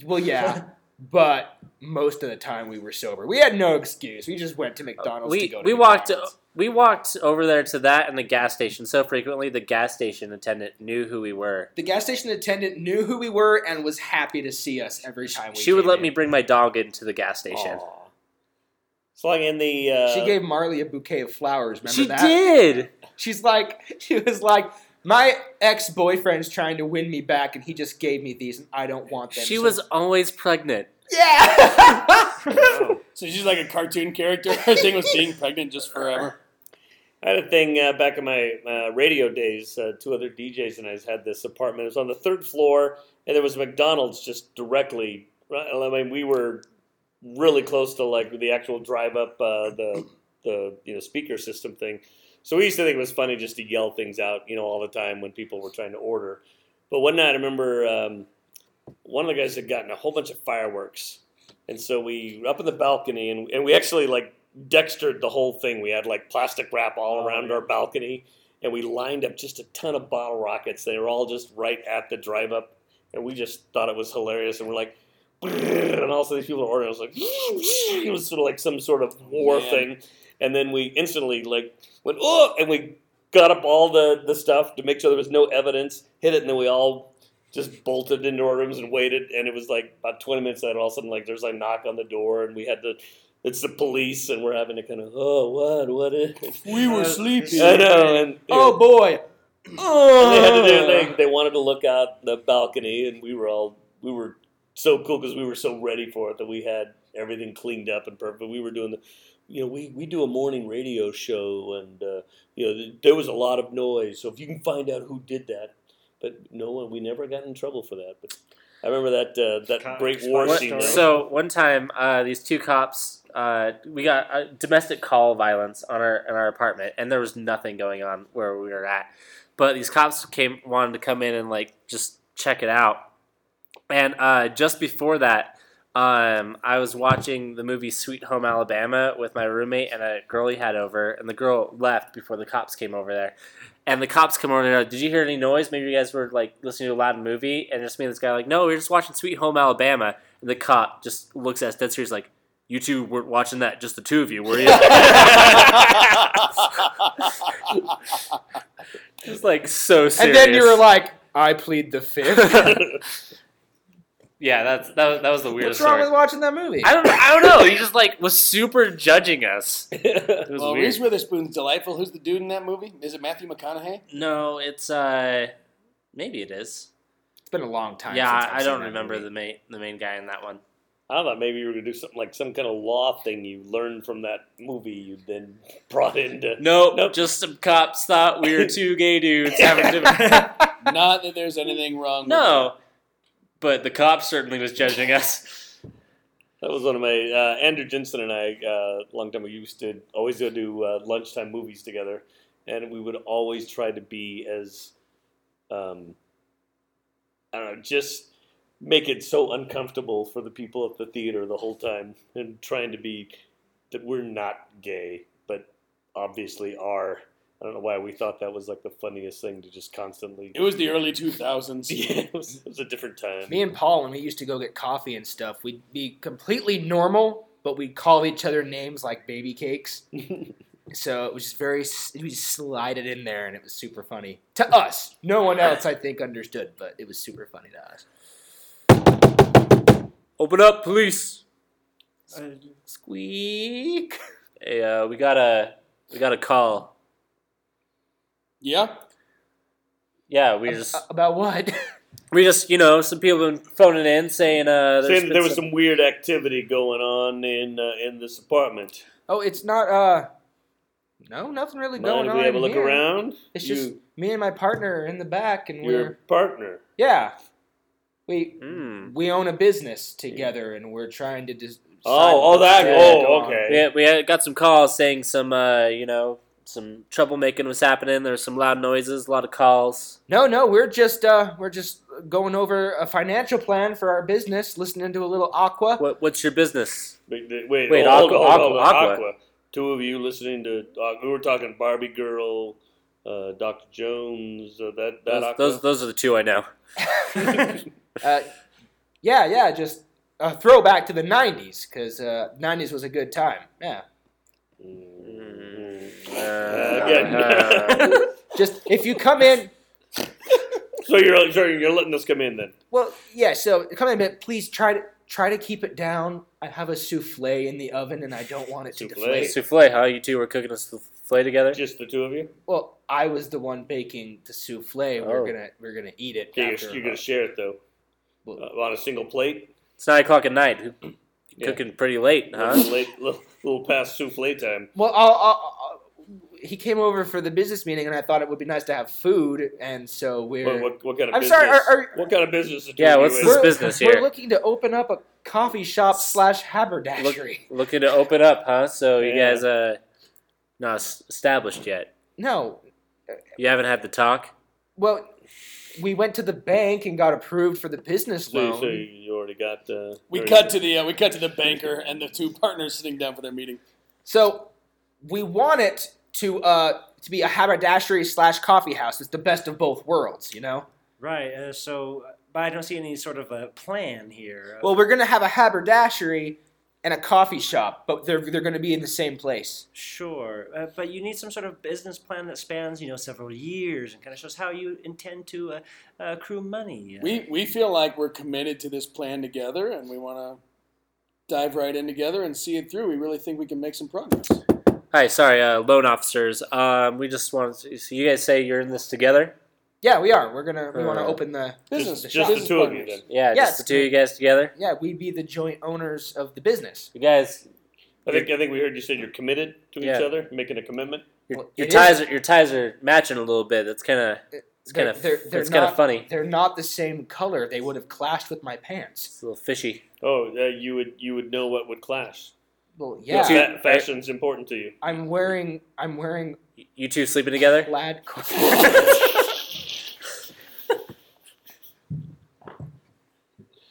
C: Well, yeah, but most of the time we were sober. We had no excuse. We just went to McDonald's. to
E: Uh, we
C: go to
E: we walked uh,
C: McDonald's.
E: we walked over there to that and the gas station so frequently the gas station attendant knew who we were.
C: The gas station attendant knew who we were and was happy to see us every time we.
E: She would
C: came
E: let
C: in.
E: me bring my dog into the gas station.
A: Aw. It's like in the. Uh,
C: She gave Marley a bouquet of flowers. Remember
E: she
C: that?
E: did.
C: She's like, she was like, my ex boyfriend's trying to win me back, and he just gave me these, and I don't want them.
E: She
C: so-
E: was always pregnant.
C: yeah.
D: So she's like a cartoon character. Her thing was being pregnant just forever.
A: I had a thing uh, back in my uh, radio days. Uh, two other DJs and I had this apartment. It was on the third floor, and there was a McDonald's just directly. Right, I mean, we were really close to like the actual drive up uh, the the you know speaker system thing. So we used to think it was funny just to yell things out, you know, all the time when people were trying to order. But one night, I remember um, one of the guys had gotten a whole bunch of fireworks, and so we were up in the balcony, and, and we actually like dextered the whole thing. We had like plastic wrap all around our balcony, and we lined up just a ton of bottle rockets. They were all just right at the drive up, and we just thought it was hilarious. And we're like, "Brrr," and also these people were ordering. It was like, it was sort of like some sort of war
D: Man.
A: thing. And then we instantly like went, oh, and we got up all the, the stuff to make sure there was no evidence, hit it, and then we all just bolted into our rooms and waited. And it was like about 20 minutes later, all of a sudden, like there's a knock on the door, and we had to, it's the police, and we're having to kind of, oh, what, what is
H: We were
A: Uh,
H: sleepy.
A: I know. And,
C: oh boy.
A: and they, had to do, they, they wanted to look out the balcony, and we were all, we were so cool because we were so ready for it that we had everything cleaned up and perfect. We were doing the, you know, we, we do a morning radio show, and uh, you know, th- there was a lot of noise. So if you can find out who did that, but no one, we never got in trouble for that. But I remember that uh, that
F: Kind of
A: Great War
F: explains
A: scene.
F: the
A: though.
F: story.
E: So one time, uh, these two cops, uh, we got uh, domestic call violence on our in our apartment, and there was nothing going on where we were at. But these cops came wanted to come in and like just check it out. And uh, just before that, um, I was watching the movie Sweet Home Alabama with my roommate and a girl he had over, and the girl left before the cops came over there. And the cops come over and they're like, did you hear any noise? Maybe you guys were like listening to a loud movie. And just me and this guy like, no, we were just watching Sweet Home Alabama. And the cop just looks at us dead serious like, you two weren't watching that, just the two of you, were you? it's like so serious.
C: And then you were like, I plead the fifth.
E: yeah, that's that, was- that was the weirdest
C: What's wrong
E: story.
C: with watching that movie?
E: I don't I don't know. He just like was super judging us. It was
D: Well,
E: weird.
D: Reese Witherspoon's delightful. Who's the dude in that movie? Is it Matthew McConaughey?
E: No, it's uh maybe it is.
C: It's been a long time.
E: yeah,
C: since I've
E: I, I
C: seen
E: don't
C: that
E: remember
C: movie.
E: the main the main guy in that one.
A: I thought maybe you were gonna do something like some kind of law thing you learned from that movie you then brought into.
E: No,
A: Nope.
E: just some cops thought we were two gay dudes having dinner.
D: Not that there's anything wrong.
E: no. But the cop certainly was judging us.
A: That was one of my uh, Andrew Jensen and I uh, a long time ago used to always go do uh, lunchtime movies together, and we would always try to be as um, I don't know, just make it so uncomfortable for the people at the theater the whole time, and trying to be that we're not gay, but obviously are. I don't know why we thought that was like the funniest thing to just constantly.
D: With it. it was the early 2000s.
A: Yeah, it was, it was a different time.
C: Me and Paul, when we used to go get coffee and stuff, we'd be completely normal, but we'd call each other names like baby cakes. so it was just very, we just slide it in there, and it was super funny to us. No one else, I think, understood, but it was super funny to us.
E: Open up, police.
C: Squeak.
E: Hey, uh, we got a we got a call.
D: Yeah.
E: Yeah, we just
C: Uh, About what?
E: Uh, we just you know some people been phoning in saying uh there's
A: Saying
E: been
A: that there was
E: some-
A: some weird activity going on in uh, in this apartment.
C: oh, it's not. uh No, nothing really
A: Mind
C: going
A: if
C: on.
A: we have a look
C: here.
A: around?
C: It's
A: You-
C: just me and my partner are in the back, and
A: Your
C: we're
A: partner.
C: yeah. We
E: Hmm.
C: we own a business together, and we're trying to. Dis- decide
A: Oh, oh,
C: what's
A: that.
C: gonna go
A: Oh,
C: on.
A: okay.
E: We had, we had got some calls saying some, uh, you know, some troublemaking was happening. There were some loud noises, a lot of calls.
C: No, no, we're just uh, we're just going over a financial plan for our business, listening to a little Aqua.
E: What, what's your business?
A: Wait, th- uh, wait,
E: Wait,
A: hold,
E: Aqua-
A: hold, hold,
E: Aqua-
A: hold,
E: Aqua.
A: Aqua. Two of you listening to uh, we were talking Barbie Girl, uh, Doctor Jones. Uh, that that
E: Those,
A: Aqua.
E: those, those are the two I know.
C: Uh, yeah, yeah, just a throwback to the '90s because uh, '90s was a good time. Yeah,
A: Mm, mm.
E: Uh,
A: again.
E: uh,
C: just if you come in,
A: so you're so you're letting us come in then?
C: well, yeah. So come in, but please try to try to keep it down. I have a souffle in the oven, and I don't want it to
A: Souffle.
C: deflate.
E: souffle, huh? You two were cooking a souffle together?
A: Just the two of you?
C: Well, I was the one baking the souffle.
E: Oh.
C: We're gonna we're gonna eat it.
A: Yeah,
C: after
A: you're, you're gonna share it though uh, on a single plate.
E: It's 9 o'clock at night. Who-
A: Yeah.
E: Cooking pretty late,
A: A
E: huh?
A: little, late, little, little past souffle time.
C: Well, I'll, I'll, I'll- he came over for the business meeting, and I thought it would be nice to have food, and so we're
A: What, what, what kind of
C: I'm
A: business?
C: sorry, are- are-
A: what kind of business? Is
E: Yeah,
A: doing you
E: what's this
A: in?
C: We're-
E: business
C: we're
E: here?
C: looking to open up a coffee shop slash
E: Look,
C: haberdashery.
E: looking to open up, huh? So you
A: Yeah.
E: guys uh not s- established yet.
C: No,
E: You haven't had the talk.
C: well, we went to the bank and got approved for the business
A: So,
C: loan.
A: so you already got. Uh,
D: We
A: already-
D: cut to the uh, we cut to the banker and the two partners sitting down for their meeting.
C: So we want it to uh, to be a haberdashery slash coffee house. It's the best of both worlds, you know.
F: Right. Uh, so, but I don't see any sort of a plan here. Uh,
C: Well, we're gonna have a haberdashery and a coffee shop, but they're they're gonna be in the same place.
F: sure, uh, but you need some sort of business plan that spans, you know, several years and kind of shows how you intend to uh, uh, accrue money. Uh,
D: We we feel like we're committed to this plan together, and we want to dive right in together and see it through. We really think we can make some progress.
E: Hi, sorry, uh, loan officers. Um, we just wanted to, so you guys say you're in this together?
C: Yeah, we are. We're gonna we want to
E: Uh,
C: open the
D: Business,
A: just the
D: business
A: two of you
D: partners.
A: then.
E: Yeah,
C: Yes.
E: just the two of you guys together?
C: yeah we'd be the joint owners of the business.
E: You guys
A: I think I think we heard you said you're committed to
E: Yeah.
A: each other, making a commitment.
E: your,
C: Well,
E: your
C: it
E: ties
C: is-
E: are your ties are matching a little bit. That's kind of it's kind
C: They're-
E: of
C: they're- they're
E: it's kind of
C: not-
E: funny.
C: They're not the same color. They would have clashed with my pants.
E: It's a little fishy.
A: Oh, uh, you would you would know what would clash.
C: Well,
E: Yeah.
C: yeah,
E: Two-
A: Fa- fashion's important to you.
C: I'm wearing I'm wearing
E: You two sleeping together?
C: plaid. co-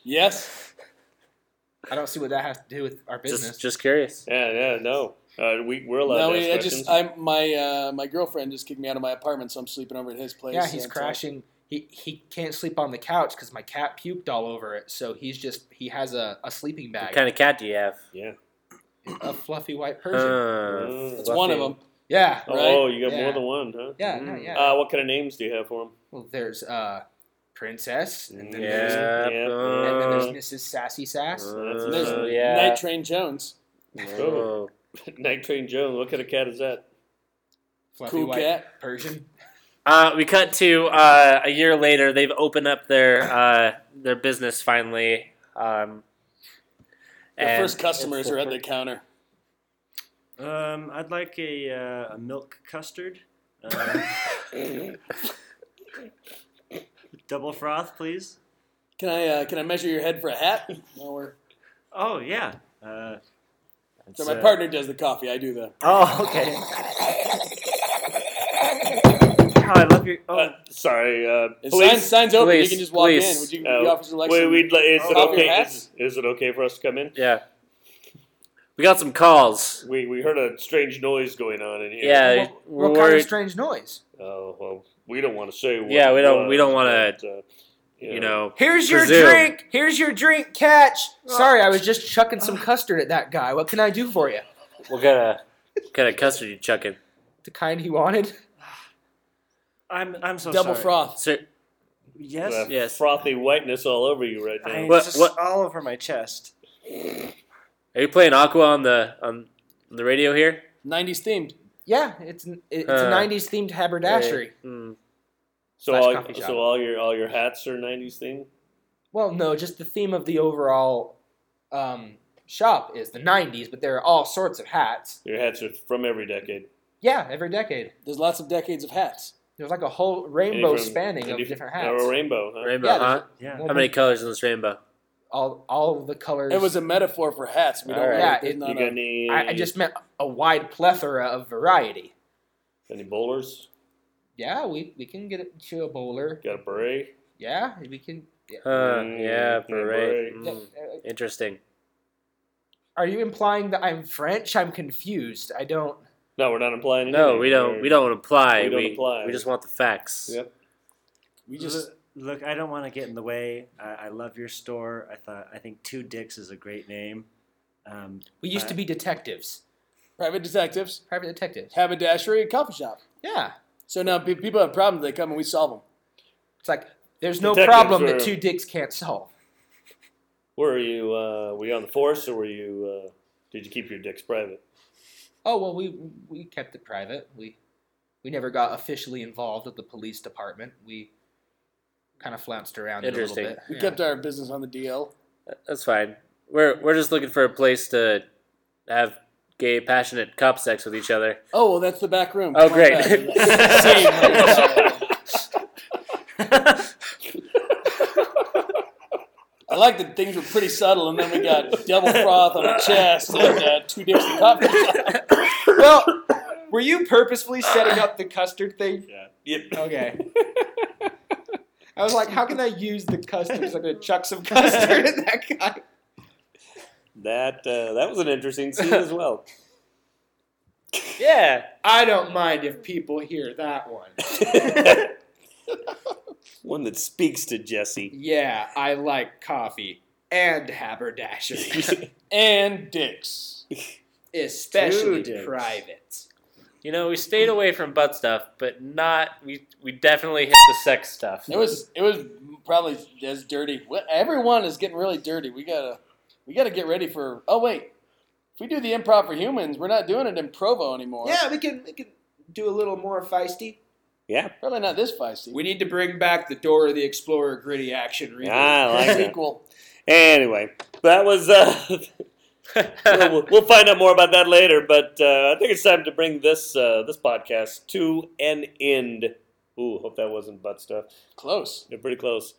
D: Yes,
C: I don't see what that has to do with our business.
E: Just just curious.
A: Yeah, yeah, no. Uh, we we're allowed
D: no,
A: to ask
D: I
A: questions.
D: just I my uh, my girlfriend just kicked me out of my apartment, so I'm sleeping over at his place.
C: yeah, he's
D: until-
C: crashing. He he can't sleep on the couch because my cat puked all over it. So he's just he has a, a sleeping
E: What
C: bag,
E: kind of cat do you have?
A: yeah.
C: a fluffy white Persian.
E: Uh,
D: It's one of
E: fluffy.
D: them.
C: yeah,
A: Oh,
D: Right?
A: oh, you got more
C: Yeah.
A: than one, huh?
C: yeah, no,
E: mm.
C: yeah.
A: Uh, what kind of names do you have for them?
C: well, there's uh, princess, and then there's
E: Yeah.
A: Yeah.
C: and then there's
E: uh,
C: Mrs. Sassy Sass.
E: uh,
A: There's
E: yeah.
D: Night Train Jones,
E: Oh.
A: Night Train Jones. What kind of cat is that?
C: fluffy
D: cool
C: white
D: cat.
C: Persian.
E: Uh, we cut to uh, a year later. They've opened up their uh, their business finally. Um,
D: The
E: and-
D: first customers are at the counter.
F: Um, I'd like a, uh, a milk custard. Um, double froth, please.
D: Can I uh, can I measure your head for a hat? No, we're,
F: Oh yeah. Uh,
D: so my partner does the coffee. I do the.
E: Oh, okay.
F: oh, I love your. Oh,
A: Uh, sorry, uh,
D: It's
A: police.
D: signs, signs open.
E: Police.
D: You can just walk
E: Police.
D: in. Would you,
A: Oh,
D: the officer like
A: wait,
D: some-
A: we'd, li- is it
D: coffee
A: okay? Is,
D: hats?
A: is it okay for us to come in?
E: Yeah. We got some calls.
A: We we heard a strange noise going on in here.
E: Yeah.
C: What-
E: we're
C: what kind of
E: worried-
C: strange noise?
A: Oh well, we don't want to say. What
E: Yeah, we don't-
A: it
E: we don't
A: was,
E: wanna,
A: but, uh,
E: you know.
C: Here's your
E: Brazil.
C: drink. Here's your drink. Catch. Sorry, I was just chucking some custard at that guy. What can I do for you?
E: What kind of what kind of custard you chucking?
C: The kind he wanted.
F: I'm I'm so
D: double
F: sorry.
D: froth?
E: Sir,
F: Yes.
A: uh,
E: yes.
A: frothy whiteness all over you right now.
F: I,
E: What-
F: it's just
E: what-
F: all over my chest.
E: are you playing Aqua on the on the radio here?
D: Nineties themed.
C: Yeah, it's an- it's
E: Uh,
C: a '90s themed haberdashery.
E: Mm.
A: So
C: Slash
A: all,
C: coffee shop.
A: so all your all your hats are '90s theme.
C: Well, no, just the theme of the overall um, shop is the '90s, but there are all sorts of hats.
A: Your hats are from every decade.
C: Yeah, every decade.
D: There's lots of decades of hats.
C: There's like a whole rainbow
A: Any from-
C: spanning
A: any
C: of
A: from-
C: different
A: now
C: hats.
A: a rainbow, huh?
E: Rainbow,
C: Yeah, there's-
E: huh?
F: Yeah.
E: How many colors in this rainbow?
C: all all the colors.
D: It was a metaphor for hats. We don't.
A: All right.
C: Yeah,
D: there's
C: it-
D: not
A: You
D: a-
A: got any?
C: I, I just meant a wide plethora of variety.
A: any bowlers?
C: Yeah, we, we can get it to a bowler.
A: Got a beret?
C: Yeah, we can. Yeah.
E: Huh,
A: Mm,
E: yeah,
A: mm,
E: beret.
C: Yeah,
E: Mm,
C: uh,
E: interesting.
C: Are you implying that I'm French? I'm confused. I don't.
A: No, we're not implying.
E: No,
A: anything.
E: we don't.
A: We're-
E: We don't apply.
A: We
E: We
A: don't apply.
E: We just want the facts.
A: Yep.
D: We just
F: Look- look. I don't want to get in the way. I, I love your store. I thought I think Two Dicks is a great name. Um,
C: We used to
F: Uh,
C: be detectives,
D: private detectives,
C: private detectives.
D: haberdashery, and coffee shop.
C: Yeah,
D: So now pe- people have problems. They come and we solve them.
C: it's like there's no
A: Detectives
C: problem
A: are-
C: that two dicks can't solve.
A: Were you uh, were you on the force or were you uh, did you keep your dicks private?
C: Oh well, we we kept it private. We we never got officially involved with the police department. We kind of flounced around it a little
E: Interesting.
C: bit.
D: We
C: Yeah.
D: kept our business on the DL.
E: That's fine. We're we're just looking for a place to have gay, passionate cop sex with each other.
D: Oh well, that's the back room.
E: Oh,
D: Come on
E: great.
D: back. Same. I like that things were pretty subtle, and then we got double froth on the chest and uh, two dicks in coffee.
B: Well, were you purposefully setting up the custard thing?
A: Yeah. Yep.
B: Okay. I was like, how can I use the custard? So I'm gonna chuck some custard in that guy.
A: That uh, that was an interesting scene as well.
E: Yeah.
B: I don't mind if people hear that one.
A: One that speaks to Jesse.
B: Yeah, I like coffee and haberdashery,
D: and dicks.
B: especially
F: Dude.
B: private.
E: You know, we stayed away from butt stuff, but not we we definitely hit the sex stuff.
D: It was it was probably as dirty. Well, Everyone is getting really dirty. We gotta we gotta get ready for. Oh wait, if we do the improv for humans, we're not doing it in Provo anymore.
B: Yeah, we can we can do a little more feisty.
D: probably not this feisty.
B: We need to bring back the Door of the Explorer gritty action reboot.
A: I like that.
D: Sequel.
A: Anyway, that was. Uh, we'll, we'll- we'll find out more about that later, but uh, I think it's time to bring this uh, this podcast to an end. Ooh, hope that wasn't butt stuff.
D: Close.
A: They're pretty close.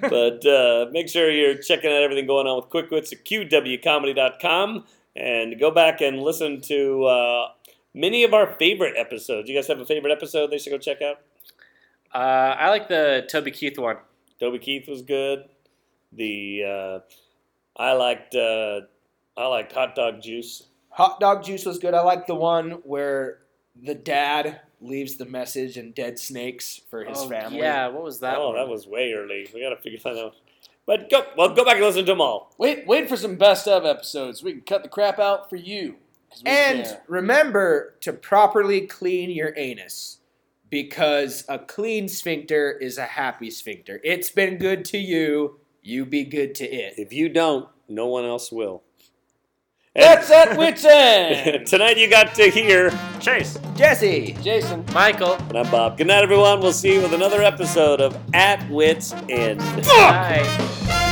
A: but uh, make sure you're checking out everything going on with Quick Wits at qwcomedy.com and go back and listen to uh, many of our favorite episodes. You guys have a favorite episode they should go check out?
E: Uh, I like the Toby Keith one.
A: Toby Keith was good. The uh, I liked uh, I liked hot dog juice.
B: Hot dog juice was good. I like the one where the dad leaves the message and dead snakes for his
E: Oh,
B: family.
E: Yeah, what was that?
A: oh,
E: one?
A: that was way early. We got to figure that out. But go well, go back and listen to them all.
D: Wait wait for some best of episodes. We can cut the crap out for you. 'cause we
B: And
D: care.
B: remember to properly clean your anus because a clean sphincter is a happy sphincter. It's been good to you, you be good to it.
A: If you don't, no one else will.
D: that's at wits end.
A: Tonight you got to hear
F: Chase.
B: Jesse!
D: Jason.
E: Michael.
A: And I'm Bob. Good night, everyone. We'll see you with another episode of At Wits End.
E: Bye.